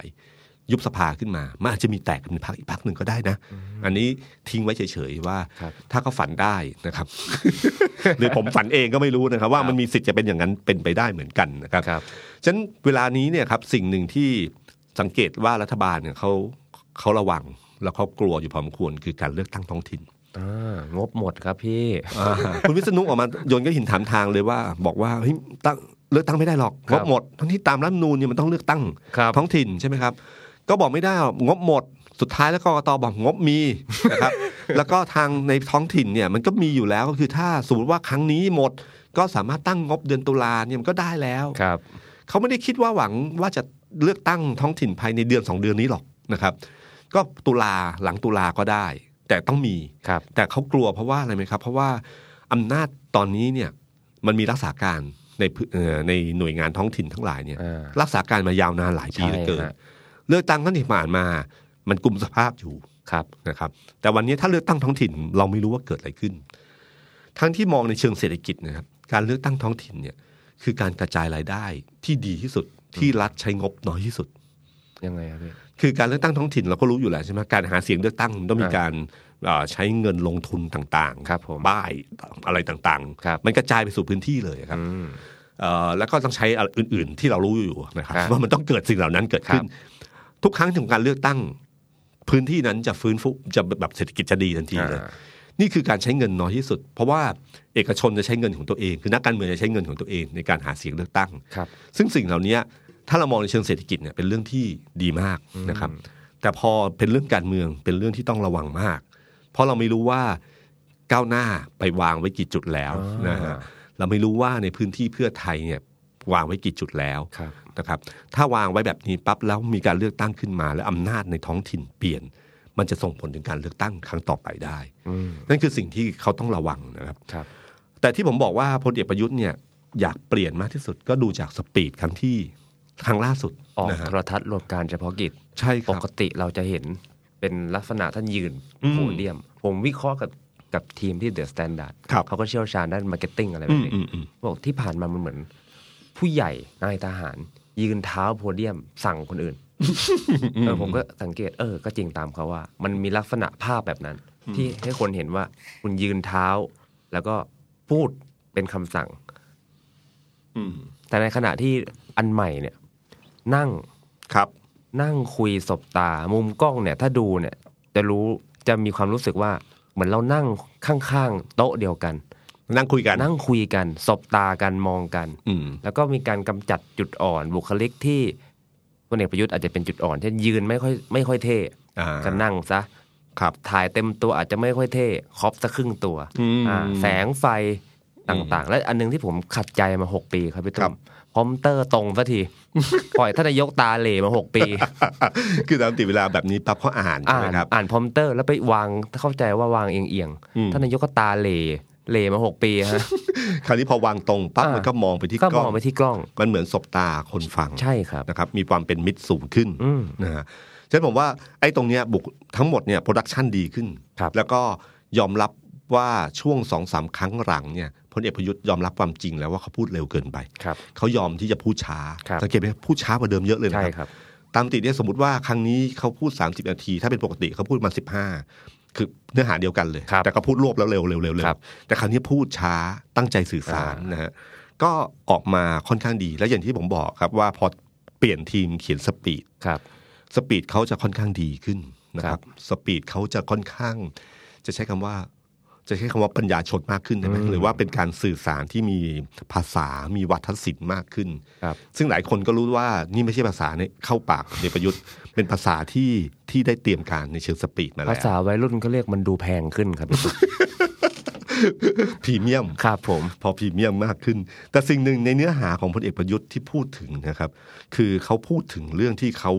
ยุบสภาขึ้นมามันอาจจะมีแตกกันเป็นพักอีกพักหนึ่งก็ได้นะ อันนี้ทิ้งไว้เฉยๆว่า
ครับ
ถ้าเขาฝันได้นะครับ หรือผมฝันเองก็ไม่รู้นะครับ ว่ามันมีสิทธิ์จะเป็นอย่างนั้นเป็นไปได้เหมือนกันนะครับ
ครับ
ฉะนั้นเวลานี้เนี่ยครับสิ่งหนึ่งที่สังเกตว่ารัฐบาลเนี่ยเขาเขาระวังแล้วเขากลัวอยู่พอสมควรคือการเลือกตั้งท้องถิ่น
อ่างบหมดครับพี่
คุณวิษณุออกมาโยนก็หินถามทางเลยว่า บอกว่าเฮ้ยตั้งเลือกตั้งไม่ได้หรอก
ค
ง
รั
บบ หมดทั้งที่ตามรัฐธรรมนูญเนี่ยมันต้องเลือกตั้ง
ครับ
ท้องถิ่นใช่ไหมครับ ก็บอกไม่ได้หรอกงบหมด สุดท้ายแล้วกกตบอกงบมีนะครับ แล้วก็ทางในท้องถิ่นเนี่ยมันก็มีอยู่แล้วก็คือถ้าสมมติว่าครั้งนี้หมด ก็สามารถตั้งงบเดือนตุลาเนี่ยมันก็ได้แล้ว
ครับ
เขาไม่ได้คิดว่าหวังว่าจะเลือกตั้งท้องถิ่นภายในเดือน 2 เดือนนี้หรอกนะครับ ก็ตุลาหลังตุลาก็ได้ แต่ต้องมี
ครับ
แต่เขากลัวเพราะว่าอะไรไหมครับ เพราะว่าอำนาจตอนนี้เนี่ยมันมีรักษาการในพื้นเอ่อในหน่วยงานท้องถิ่นทั้งหลายเนี่ย
อ่า
รักษาการมายาวนานหลายปีเห
ใช่
ลือเกิน
ฮะ
เลือกตั้งท้องถิ่นผ่านมา มันกลุ่มสภาพอยู่
ครับ
นะครับแต่วันนี้ถ้าเลือกตั้งท้องถิ่นเราไม่รู้ว่าเกิดอะไรขึ้น ทั้งที่มองในเชิงเศรษฐกิจนะครับการเลือกตั้งท้องถิ่นเนี่ยคือการกระจายรายได้ที่ดีที่สุดที่รัฐใช้งบน้อยที่สุด
ยังไงครับพี่
คือการเลือกตั้งท้องถิ่นเราก็รู้อยู่แล้วใช่ไหมการหาเสียงเลือกตั้งมันต้องมี
อ่า
การเอ่อใช้เงินลงทุนต่างๆ
ครับผม
ป้ายอะไรต่าง
ครับ
มันกระจายไปสู่พื้นที่เลยครับ
อืม
เอ่อแล้วก็ต้องใช้อะไรอื่น ๆ ที่เรารู้อยู่นะครับ
ครับ
ว่ามันต้องเกิดสิ่งเหล่านั้นเกิดขึ้น
ครับ
ทุกครั้งที่ของการเลือกตั้ง พื้นที่นั้นจะฟื้นฟูจะแบบเศรษฐกิจจะดีทันทีเลย
อ่า
นี่คือการใช้เงินน้อยที่สุด เพราะว่าเอกชนจะใช้เงินของตัวเอง คือนักการเมืองจะใช้เงินของตัวเองในการหาเสียงเลือกตั้ง
ครับ
ซึ่งสิ่งเหล่านี้ถ้าเรามองในเชิงเศรษฐกิจเนี่ยเป็นเรื่องที่ดีมากนะครับ แต่พอเป็นเรื่องการเมืองเป็นเรื่องที่ต้องระวังมาก เพราะเราไม่รู้ว่าก้าวหน้าไปวางไว้กี่จุดแล้วนะฮะ
อ่า
เราไม่รู้ว่าในพื้นที่เพื่อไทยเนี่ยวางไว้กี่จุดแล้ว
ครับ
นะครับ ถ้าวางไว้แบบนี้ปั๊บแล้วมีการเลือกตั้งขึ้นมา และอำนาจในท้องถิ่นเปลี่ยน มันจะส่งผลถึงการเลือกตั้งครั้งต่อไปได้
อืม
นั่นคือสิ่งที่เขาต้องระวังนะครับ
ครับ
แต่ที่ผมบอกว่าพลเอกประยุทธ์เนี่ยอยากเปลี่ยนมากที่สุดก็ดูจากสปีดครั้งที่ครั้งล่าสุด
ออก
นะฮะ
โทรทัศน์รวมการเฉพาะกิจ
ใช่ค
ป
รับ
กติเราจะเห็นเป็นลักษณะท่านยืน
อืม
โพเดียม ผมวิเคราะห์กับกับทีมที่เดอะสแตนดาร์ด
ครับ
เขาก็เชี่ยวชาญด้านมาร์เก็ตติ้งอะไรแบ
อื
บ
ม
นี้
อืมอืม
บอกที่ผ่านมามันเหมือน ผู้ใหญ่นายทหาร ยืนเท้าโพเดียมสั่งคนอื่นเออผมก็สังเกตเออ ก็จริงตามเขาว่า มันมีลักษณะภาพแบบนั้น ที่ให้คนเห็นว่า คุณยืนเท้า แล้วก็พูดเป็นคำสั่ง
อืม
แต่ในขณะที่อันใหม่เนี่ย นั่ง
ครับ
นั่งคุยสบตา มุมกล้องเนี่ย ถ้าดูเนี่ย จะรู้จะมีความรู้สึกว่า เหมือนเรานั่งข้างๆ โต๊ะเดียวกัน
นั่งคุยกัน
นั่งคุยกันสบตากันมองกัน
อืม
แล้วก็มีการกำจัดจุดอ่อน บุคลิกที่พลเอกประยุทธ์อาจจะเป็นจุดอ่อนเช่นยืนไม่ค่อยไม่ค่อยเท่
อ่า
จะนั่งซะ
ครับ
ถ่ายเต็มตัวอาจจะไม่ค่อยเท่ครอบสักครึ่งตัว
อืม
อ่าแสงไฟต่างๆ และอันหนึงที่ผมขัดใจมาหกปีครับพี่
ครั
ตุ้
บ
มพอมเตอร์ตรง สักที ปล่อยท่านนายกตาเหล่มาหกปี
คือตามติเวลาแบบนี้ปั๊บเขาอ่านใช่
อ่า
ไหม
น
ครับ
อ่านพรอมเตอร์แล้วไปวางเข้าใจว่าวางเอียงเอียงๆ
อืม
ท่านนายกก็ตาเหลเหลมาหกปีฮะ
คราวนี้พอวางตรงปั๊บ
อ่ามั
มันก็มองไปที่
ก็
กล้อ
มอง
ง
ไปที่กล้อง
มันเหมือนสบตาคนฟัง
ใช่ครับ
นะครับ มีความเป็นมิตรสูงขึ้น
อืม
นะฮะฉะนั้นผมว่าไอ้ตรงเนี้ยบุกทั้งหมดเนี่ยโปรดักชันดีขึ้น
ครับ
แล้วก็ยอมรับว่าช่วงสองสามครั้งหลังเนี่ยพลเอกประยุทธ์ยอมรับความจริงแล้วว่าเขาพูดเร็วเกินไป
ครับ
เขายอมที่จะพูดช้า
ครับ
สังเกตไหมพูดช้ากว่าเดิมเยอะเลยนะ
ใช่
ครับ
ครับ
ตามติดเนี่ยสมมติว่าครั้งนี้เขาพูด 30 นาที ถ้าเป็นปกติเขาพูดมา 15 คือเนื้อหาเดียวกันเลย
ครับ
แต่ก็พูดรวบแล้วเร็วเร็วเร็วเร็ว
ครับ
แต่ครั้งนี้พูดช้าตั้งใจสื่อสารนะฮะก็ออกมาค่อนข้างดี และอย่างที่ผมบอกครับว่าพอเปลี่ยนทีมเขียนสปีด
ครับ
สปีดเขาจะค่อนข้างดีขึ้นนะครับ สปีดเขาจะค่อนข้าง จะใช้คำว่า จะใช้คำว่าปัญญาชนมากขึ้นได้ไหม
อืม
หรือว่าเป็นการสื่อสารที่มีภาษามีวัฒนศิลป์มากขึ้น
ครับ
ซึ่งหลายคนก็รู้ว่านี่ไม่ใช่ภาษาเนี่ยเข้าปากของในประยุทธ์ เป็นภาษาที่ที่ได้เตรียมการในเชิงสปีดมาแล้
ภาวษาวัยรุ่นเขาเรียกมันดูแพงขึ้น ครับ
พรีเมียม
ครับผม
พอพรีเมียมมากขึ้น แต่สิ่งหนึ่งในเนื้อหาของพลเอกประยุทธ์ที่พูดถึงนะครับ คือเขาพูดถึงเรื่องที่เขา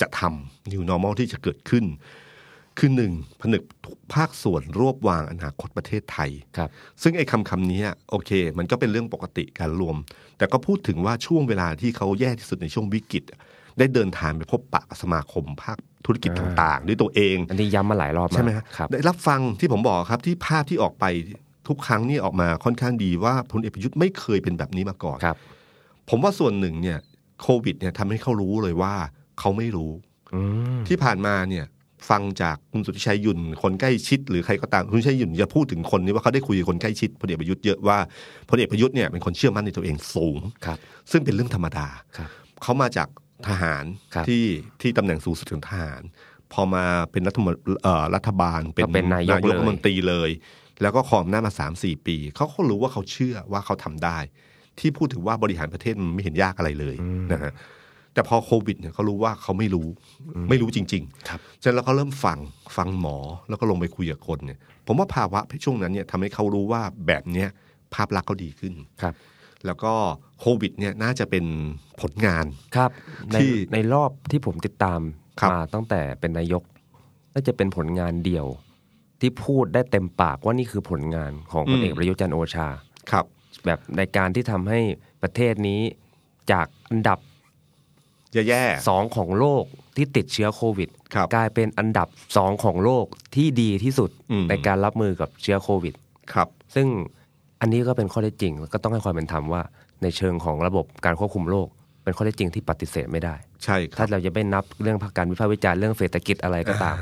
จะทำ new normal ที่จะเกิดขึ้น คือหนึ่งผนึกทุกภาคส่วนรวบวางอนาคตประเทศไทย
ครับ
ซึ่งไอ้คำคำนี้โอเค มันก็เป็นเรื่องปกติการรวม แต่ก็พูดถึงว่าช่วงเวลาที่เขาแย่ที่สุดในช่วงวิกฤต ได้เดินทางไปพบปะกับสมาคมภาคธุรกิจ
อ่า
ต่างๆ ด้วยตัวเอง
อันนี้ย้ำมาหลายรอบ
ใช่ไหมฮะ
ครับ
ได้รับฟังที่ผมบอกครับที่ภาพที่ออกไปทุกครั้งนี่ออกมาค่อนข้างดีว่าพลเอกประยุทธ์ไม่เคยเป็นแบบนี้มาก่อน
ครับ
ผมว่าส่วนหนึ่งเนี่ยโควิดเนี่ยทำให้เขารู้เลยว่าเขาไม่รู้
อืม
ที่ผ่านมาเนี่ยฟังจากคุณสุทธิชัยหยุ่นคนใกล้ชิด หรือใครก็ตามคุณสุทธิชัยหยุ่นจะพูดถึงคนนี้ว่าเขาได้คุยกับคนใกล้ชิดพลเอกประยุทธ์เยอะว่าพลเอกประยุทธ์เนี่ยเป็นคนเชื่อมั่นในตัวเองสูง
ครับ
ซึ่งเป็นเรื่องธรรมดา
ครับ
เขามาจากทหาร
ครับ
ที่ที่ตำแหน่งสูงสุดของทหาร พอมาเป็นรัฐมนเอ่อรัฐบาลเป็น
เป็นนายกเลย
รัฐมนตรีเลย แล้วก็ครองหน้าจมาสามสี่ปี เขาก็รู้ว่าเขาเชื่อว่าเขาทำได้ ที่พูดถึงว่าบริหารประเทศมันไม่เห็นยากอะไรเลยนะฮะแต่พอโควิดเนี่ยเขารู้ว่าเขาไม่รู้ไม่รู้จริงๆ
ครับ
ฉะนั้นแล้วเขาเริ่มฟังฟังหมอแล้วก็ลงไปคุยกับคนเนี่ย ผมว่าภาวะช่วงนั้นเนี่ยทำให้เขารู้ว่าแบบเนี้ยภาพลักษณ์เขาดีขึ้น
ครับ
แล้วก็โควิดเนี่ยน่าจะเป็นผลงาน
ครับ ใน
ที่
ในรอบที่ผมติดตาม
ครับ
มาตั้งแต่เป็นนายก น่าจะเป็นผลงานเดียว ที่พูดได้เต็มปากว่านี่คือผลงานของพลเอกประยุทธ์จันทร์โอชา
ครับ
แบบในการที่ทำให้ประเทศนี้จากอันดับ
แย่
สองของโลกที่ติดเชื้อโควิด
ๆครับ
กลายเป็นอันดับสองของโลกที่ดีที่สุด
อืม
ในการรับมือกับเชื้อโควิด
ครับ
ซึ่งอันนี้ก็เป็นข้อเท็จจริงแล้วก็ต้องให้ความเป็นธรรมว่า ในเชิงของระบบการควบคุมโรคเป็นข้อเท็จจริงที่ปฏิเสธไม่ได้
ใช่ค
ถ้า
รับ
เราจะไม่นับเรื่องการวิพากษ์วิจารณ์เรื่องเศรษฐกิจอะไรก็ตาม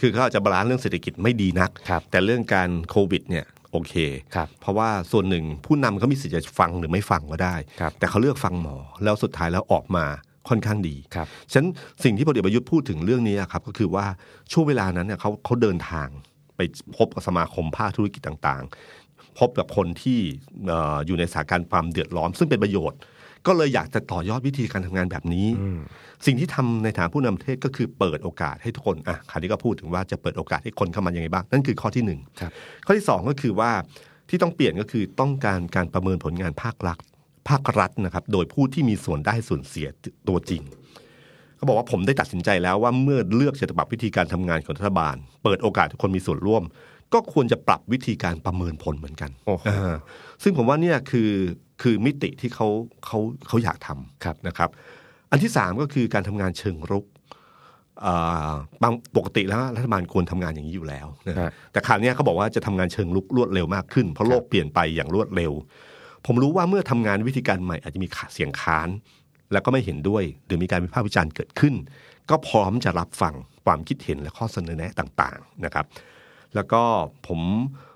คือเขาอาจจะบาลานซ์เรื่องเศรษฐกิจไม่ดีนัก
ครับ
แต่เรื่องการโควิดเนี่ยโอเค
ครับ
เพราะว่าส่วนหนึ่งผู้นำเขามีสิทธิ์จะฟังหรือไม่ฟังก็ได้
ครับ
แต่เขาเลือกฟังหมอ แล้วสุดท้ายแล้วออกมาค่อนข้างดี
ครับ
ฉะนั้นสิ่งที่พลเอกประยุทธ์พูดถึงเรื่องนี้อะครับก็คือว่าช่วงเวลานั้นเนี่ยเขาเขาเดินทางไปพบกับสมาคมภาคธุรกิจต่างๆ พบกับคนที่เอ่ออยู่ในสถานการณ์ความเดือดร้อน ซึ่งเป็นประโยชน์ ก็เลยอยากจะต่อยอดวิธีการทำงานแบบนี้ สิ่งที่ทำในฐานผู้นำประเทศก็คือเปิดโอกาสให้ทุกคนอ่ะคราวนี้ก็พูดถึงว่าจะเปิดโอกาสให้คนเข้ามายังไงบ้างนั่นคือข้อที่หนึ่ง
ครับ
ข้อที่สองก็คือว่าที่ต้องเปลี่ยนก็คือต้องการการประเมินผลงานภาครัฐภาครัฐนะครับโดยผู้ที่มีส่วนได้ส่วนเสียตัวจริง เขาบอกว่าผมได้ตัดสินใจแล้วว่าเมื่อเลือกจะปรับวิธีการทำงานของรัฐบาล เปิดโอกาสทุกคนมีส่วนร่วม ก็ควรจะปรับวิธีการประเมินผลเหมือนกัน
โอ้โห
อ่าซึ่งผมว่าเนี่ยคือคือมิติที่เขาเขาเขาอยากท
ครับ
ำนะครับ อันที่สามก็คือการทำงานเชิงรุกอ่าบางปกติแล้วรัฐบาลควรทำงานอย่างนี้อยู่แล้วนะฮะ
ฮะ
แต่คราวเนี้ยเขาบอกว่าจะทำงานเชิงลุกรวดเร็วมากขึ้น เพราะโลกเปลี่ยนไปอย่างรวดเร็ว ผมรู้ว่าเมื่อทำงานวิธีการใหม่อาจจะมีเสียงค้าน แล้วก็ไม่เห็นด้วย หรือมีการวิพากษ์วิจารณ์เกิดขึ้น ก็พร้อมจะรับฟังความคิดเห็นและข้อเสนอแนะต่างๆนะครับ แล้วก็ผม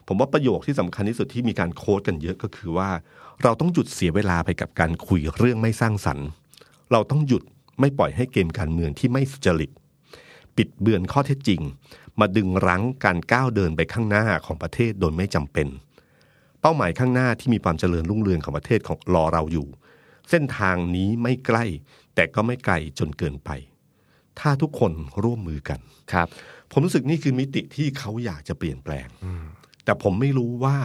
ผมว่าประโยคที่สำคัญที่สุดที่มีการโค้ดกันเยอะก็คือว่า เราต้องหยุดเสียเวลาไปกับการคุยเรื่องไม่สร้างสรรค์ เราต้องหยุดไม่ปล่อยให้เกมการเมืองที่ไม่สุจริต ปิดเบือนข้อเท็จจริง มาดึงรั้งการก้าวเดินไปข้างหน้าของประเทศโดยไม่จำเป็น เป้าหมายข้างหน้าที่มีความเจริญรุ่งเรืองของประเทศของรอเราอยู่ เส้นทางนี้ไม่ใกล้ แต่ก็ไม่ไกลจนเกินไป ถ้าทุกคนร่วมมือกัน
ครับ
ผมรู้สึกนี่คือมิติที่เขาอยากจะเปลี่ยนแปลง แต่ผมไม่รู้ว่า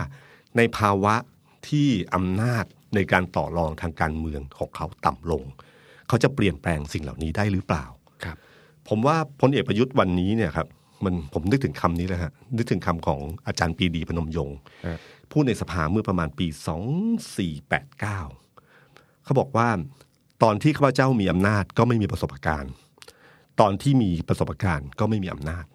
ในภาวะที่อำนาจในการต่อรองทางการเมืองของเขาต่ำลง เขาจะเปลี่ยนแปลงสิ่งเหล่านี้ได้หรือเปล่า
ครับ
ผมว่าพลเอกประยุทธ์วันนี้เนี่ยครับมันผมนึกถึงคำนี้เลยฮะนึกถึงคำของอาจารย์ปรีดีพนมยงค์
ฮะ
พูดในสภาเมื่อประมาณปี 2489 เขาบอกว่าตอนที่ข้าพเจ้ามีอำนาจก็ไม่มีประสบการณ์ ตอนที่มีประสบการณ์ก็ไม่มีอำนาจ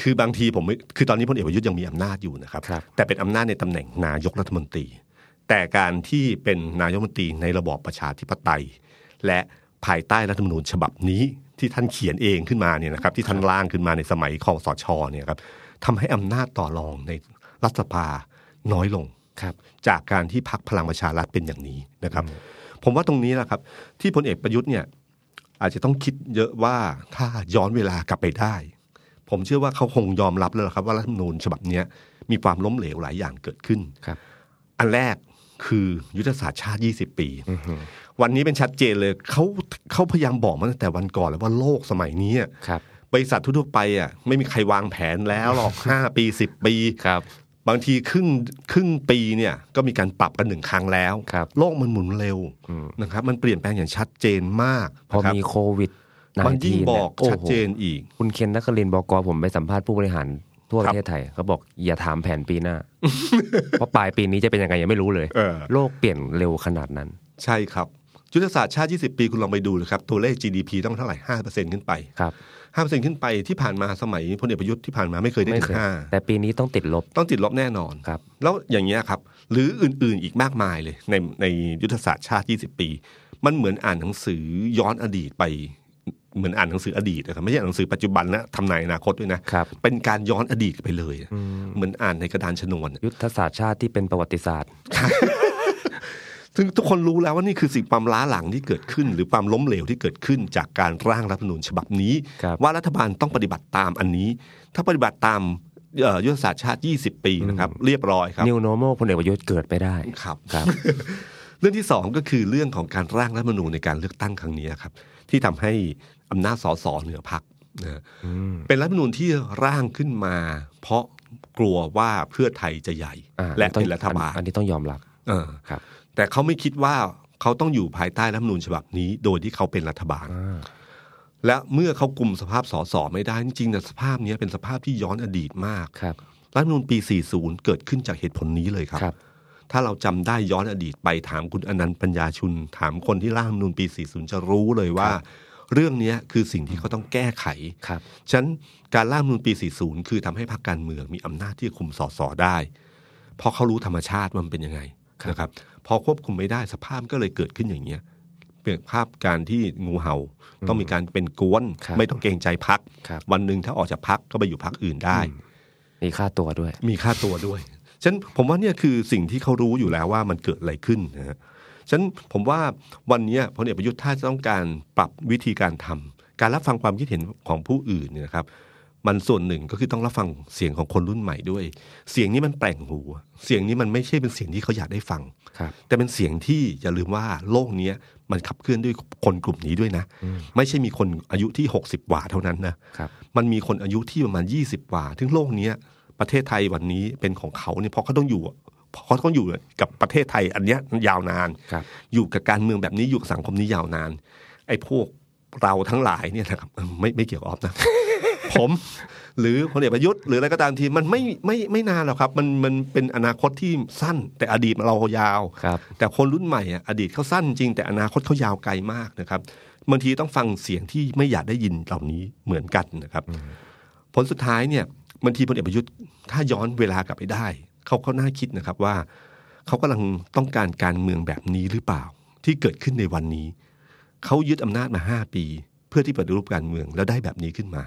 คือบางทีผมไม่คือตอนนี้พลเอกประยุทธ์ยังมีอำนาจอยู่นะครับ
ครับ
แต่เป็นอำนาจในตำแหน่งนายกรัฐมนตรี แต่การที่เป็นนายกรัฐมนตรีในระบอบประชาธิปไตย และภายใต้รัฐธรรมนูญฉบับนี้ที่ท่านเขียนเองขึ้นมาเนี่ยนะครับ ที่ท่านร่างขึ้นมาในสมัยคอสชเนี่ยครับทำให้อำนาจต่อรองในรัฐสภาน้อยลง
ครับ
จากการที่พักพลังประชารัฐเป็นอย่างนี้นะครับ ผมว่าตรงนี้แหละครับ ที่พลเอกประยุทธ์เนี่ยอาจจะต้องคิดเยอะว่าถ้าย้อนเวลากลับไปได้ ผมเชื่อว่าเขาคงยอมรับแล้วล่ะครับว่ารัฐธรรมนูญฉบับเนี้ย มีความล้มเหลวหลายอย่างเกิดขึ้น
ครับ
อันแรกคือยุทธศาสตร์ชาติ 20 ปี วันนี้เป็นชัดเจนเลยเขาเขาพยายามบอกมาตั้งแต่วันก่อนแล้วว่าโลกสมัยนี้อะ
ครับ
บริษัททั่วๆไปอ่ะไม่มีใครวางแผนแล้วหรอก 5 ปี 10 ปี
ครับ
บางทีครึ่งครึ่งปีเนี่ยก็มีการปรับกันหนึ่งครั้งแล้ว
ครับ
โลกมันหมุนเร็ว
อืม
นะครับมันเปลี่ยนแปลงอย่างชัดเจนมาก
พอ
นะครับ
มีโควิด19
มันยิ่งบอก
โโห
ชัดเจนอีก
คุณเคนนักคลินทร์บอกกผมไปสัมภาษณ์ผู้บริหารทั่ว
ค
ป
รับ
ระเทศไทยเขาบอกอย่าถามแผนปี หน้า เพราะปลายปีนี้จะเป็นยังไงยังไม่รู้เลย
เออ
โลกเปลี่ยนเร็วขนาดนั้น
ใช่ครับยุทธศาสตร์ชาติ 20 ปีคุณลองไปดูนะครับ ตัวเลข GDP ต้องเท่าไหร่ 5%ขึ้นไป
ครับ
5%ขึ้นไปที่ผ่านมาสมัยพลเอกประยุทธ์ที่ผ่านมาไม่เคยได้
ไม่
ถึ
เค
ง
ย
ห้า
แต่ปีนี้ต้องติดลบ
ต้องติดลบแน่นอน
ครับ
แล้วอย่างเงี้ยครับ หรืออื่น ๆ อีกมากมายเลยในในยุทธศาสตร์ชาติ 20 ปี มันเหมือนอ่านหนังสือย้อนอดีตไป เหมือนอ่านหนังสืออดีตนะครับไม่ใช่อ่านหนังสือปัจจุบันนะทำนายอนาคตด้วยนะครับ เป็นการย้อนอดีตไปเลยอะเหมือนอ่านในกระดานชนวนอะ
ยุทธศาสตร์ชาติที่เป็นประวัติศาสตร์
ซึ่งทุกคนรู้แล้วว่านี่คือสิ่งความล้าหลังที่เกิดขึ้น หรือความล้มเหลวที่เกิดขึ้นจากการร่างรัฐธรรมนูญฉบับนี้
ครับ
ว่ารัฐบาลต้องปฏิบัติตามอันนี้ ถ้าปฏิบัติตามเอ่อยุทธศาสตร์ชาติ 20 ปีนะครับ เรียบร้อยครับ
New Normal พลเอกประยุทธ์เกิดไม่ได้
ครับ
ครับ
เรื่องที่สองก็คือเรื่องของการร่างรัฐธรรมนูญในการเลือกตั้งครั้งนี้ครับ ที่ทำให้อำนาจสสเหนือพักนะเป็นรัฐธรรมนูญที่ร่างขึ้นมา เพราะกลัวว่าเพื่อไทยจะใหญ่
อ่า
และ
ต้อง
เป็นรัฐบาล
อันนี้ต้องยอมรับ
เออ
ครับ
แต่เขาไม่คิดว่าเขาต้องอยู่ภายใต้รัฐธรรมนูญฉบับนี้ โดยที่เขาเป็นรัฐบาล
อ่า
และเมื่อเขากลุ่มสภาพสสไม่ได้จริงๆนะสภาพเนี้ยเป็นสภาพที่ย้อนอดีตมาก
ครับ
รัฐธรรมนูญปี 40 เกิดขึ้นจากเหตุผลนี้เลยครับ
ครับ
ถ้าเราจำได้ย้อนอดีตไปถามคุณอนันต์ปัญญาชุน ถามคนที่ร่างรัฐธรรมนูญปี 40 จะรู้เลยว่า เรื่องเนี้ยคือสิ่งที่เขาต้องแก้ไข
ครับ
ฉะนั้นการร่างรัฐธรรมนูญปี 40 คือทำให้พรรคการเมืองมีอำนาจที่จะคุมสสได้ เพราะเขารู้ธรรมชาติว่ามันเป็นยังไงนะครับ พอควบคุมไม่ได้สภาพก็เลยเกิดขึ้นอย่างเงี้ยเป็นภาพการที่งูเห่าต้องมีการเป็นกวน
ครับ
ไม่ต้องเกรงใจพัก
ครับ
วันหนึ่งถ้าออกจากพักก็ไปอยู่พักอื่นได้
มีค่าตัวด้วย
มีค่าตัวด้วย ฉะนันผมว่าเนี่ยคือสิ่งที่เขารู้อยู่แล้วว่ามันเกิดอะไรขึ้นนะฮะฉะนันผมว่าวันเนี้ยพลเอกประยุทธ์ถ้าจะต้องการปรับวิธีการทำการรับฟังความคิดเห็นของผู้อื่นเนี่ยนะครับ มันส่วนหนึ่งก็คือต้องรับฟังเสียงของคนรุ่นใหม่ด้วย เสียงนี้มันแปลงหู เสียงนี้มันไม่ใช่เป็นเสียงที่เขาอยากได้ฟัง
ครับ
แต่เป็นเสียงที่อย่าลืมว่าโลกเนี้ยมันขับเคลื่อนด้วยคนกลุ่มนี้ด้วยนะ ไม่ใช่มีคนอายุที่ 60กว่าเท่านั้นนะ
ครับ
มันมีคนอายุที่ประมาณ 20 กว่าถึงโลกเนี้ยประเทศไทยวันนี้เป็นของเขาเนี่ยเพราะเขาต้องอยู่เพราะเขาต้องอยู่กับประเทศไทยอันเนี้ยยาวนาน
ครับ
อยู่กับการเมืองแบบนี้อยู่กับสังคมนี้ยาวนาน ไอ้พวกเราทั้งหลายเนี่ยนะครับเอ อไม่ไม่เกี่ยวกับออฟนะ ผม หรือพลเอกประยุทธ์หรืออะไรก็ตามทีมันไม่ไม่ไม่นานหรอกครับ มันมันเป็นอนาคตที่สั้น แต่อดีตเรายาว
ครับ
แต่คนรุ่นใหม่อะอดีตเขาสั้นจริง แต่อนาคตเขายาวไกลมากนะครับบางทีต้องฟังเสียงที่ไม่อยากได้ยินเหล่านี้เหมือนกันนะครับ ผลสุดท้ายเนี่ยบางทีพลเอกประยุทธ์ถ้าย้อนเวลากลับไปได้เขาก็น่าคิดนะครับว่าเขากำลังต้องการการเมืองแบบนี้หรือเปล่า ที่เกิดขึ้นในวันนี้ เขายึดอำนาจมาห้าปี เพื่อที่ปฏิรูปการเมืองแล้วได้แบบนี้ขึ้นมา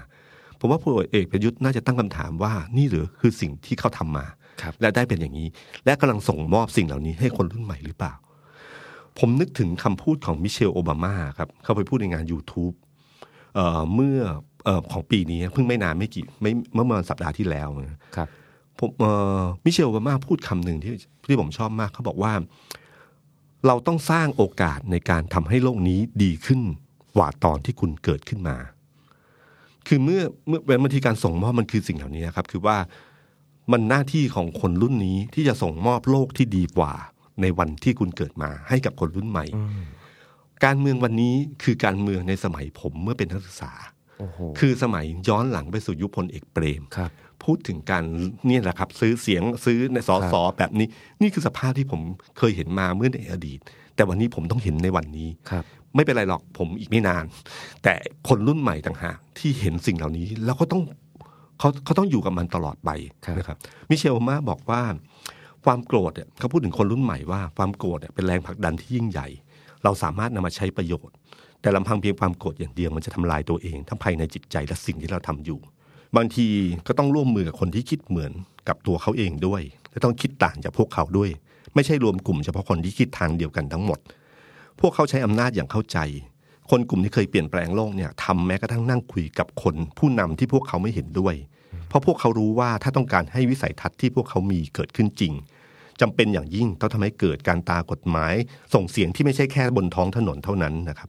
ผมว่าพลเอกประยุทธ์น่าจะตั้งคำถามว่านี่หรือคือสิ่งที่เขาทำมา
ครับ
และได้เป็นอย่างนี้ และกำลังส่งมอบสิ่งเหล่านี้ให้คนรุ่นใหม่หรือเปล่า ผมนึกถึงคำพูดของมิเชลโอบามาครับเขาไปพูดในงาน YouTube เอ่อเมื่อเออของปีนี้เพิ่งไม่นานไม่กี่ไม่เมื่อประมาณสัปดาห์ที่แล้วนะครับ ผมเอ่อมิเชลโอบามาพูดคำหนึ่งที่ที่ผมชอบมากเขาบอกว่า เราต้องสร้างโอกาสในการทำให้โลกนี้ดีขึ้นกว่าตอนที่คุณเกิดขึ้นมา คือเมื่อเมื่อเป็นวิธีการส่งมอบมันคือสิ่งเหล่านี้ครับ คือว่ามันหน้าที่ของคนรุ่นนี้ที่จะส่งมอบโลกที่ดีกว่า ในวันที่คุณเกิดมาให้กับคนรุ่นใหม่ การเมืองวันนี้คือการเมืองในสมัยผมเมื่อเป็นนักศึกษา
โอ้โห
คือสมัยย้อนหลังไปสู่ยุคพลเอกเปรม
ครับ
พูดถึงการเนี่ยแหละครับ ซื้อเสียงซื้อในสอสอแบบนี้ นี่คือสภาพที่ผมเคยเห็นมาเมื่อในอดีต แต่วันนี้ผมต้องเห็นในวันนี้
ครับ
ไม่เป็นไรหรอกผมอีกไม่นาน แต่คนรุ่นใหม่ต่างหากที่เห็นสิ่งเหล่านี้ แล้วก็ต้องเขาเขาต้องอยู่กับมันตลอดไป
ครับ
นะครับมิเชลมาบอกว่า ความโกรธเนี่ยเขาพูดถึงคนรุ่นใหม่ว่าความโกรธเนี่ยเป็นแรงผลักดันที่ยิ่งใหญ่ เราสามารถนำมาใช้ประโยชน์ แต่ลำพังเพียงความโกรธอย่างเดียวมันจะทำลายตัวเองทั้งภายในจิตใจและสิ่งที่เราทำอยู่ บางทีก็ต้องร่วมมือกับคนที่คิดเหมือนกับตัวเขาเองด้วยและต้องคิดต่างจากพวกเขาด้วย ไม่ใช่รวมกลุ่มเฉพาะคนที่คิดทางเดียวกันทั้งหมด พวกเขาใช้อำนาจอย่างเข้าใจ คนกลุ่มที่เคยเปลี่ยนแปลงโลกเนี่ยทำแม้กระทั่งนั่งคุยกับคนผู้นำที่พวกเขาไม่เห็นด้วย เพราะพวกเขารู้ว่าถ้าต้องการให้วิสัยทัศน์ที่พวกเขามีเกิดขึ้นจริงจำเป็นอย่างยิ่งต้องทำให้เกิดการตากฎหมาย ส่งเสียงที่ไม่ใช่แค่บนท้องถนนเท่านั้นนะครับ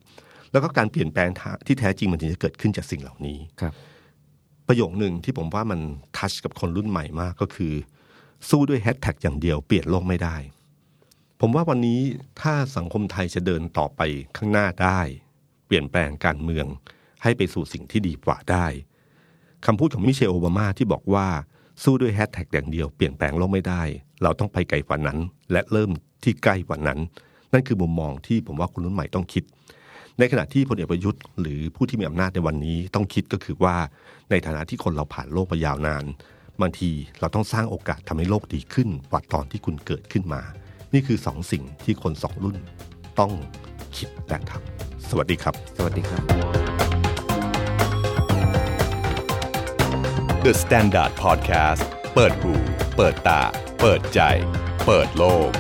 แล้วก็การเปลี่ยนแปลงที่แท้จริงมันถึงจะเกิดขึ้นจากสิ่งเหล่านี้
ครับ
ประโยคหนึ่งที่ผมว่ามันทัชกับคนรุ่นใหม่มากก็คือ สู้ด้วยแฮชแท็กอย่างเดียวเปลี่ยนโลกไม่ได้ ผมว่าวันนี้ถ้าสังคมไทยจะเดินต่อไปข้างหน้าได้ เปลี่ยนแปลงการเมืองให้ไปสู่สิ่งที่ดีกว่าได้คำพูดของมิเชลโอบามาที่บอกว่าสู้ด้วยแฮชแท็กอย่างเดียวเปลี่ยนแปลงโลกไม่ได้ เราต้องไปไกลกว่านั้น และเริ่มที่ใกล้กว่านั้น นั่นคือมุมมองที่ผมว่าคนรุ่นใหม่ต้องคิด ในขณะที่พลเอกประยุทธ์หรือผู้ที่มีอำนาจในวันนี้ต้องคิดก็คือว่าในฐานะที่คนเราผ่านโลกมายาวนานบางทีเราต้องสร้างโอกาสทำให้โลกดีขึ้นกว่าตอนที่คุณเกิดขึ้นมา นี่คือสองสิ่งที่คนสองรุ่นต้องคิดและทำสวัสดีครับ
สวัสดีครับ
The Standard Podcast เปิดหูเปิดตา เปิดใจ เปิดโลก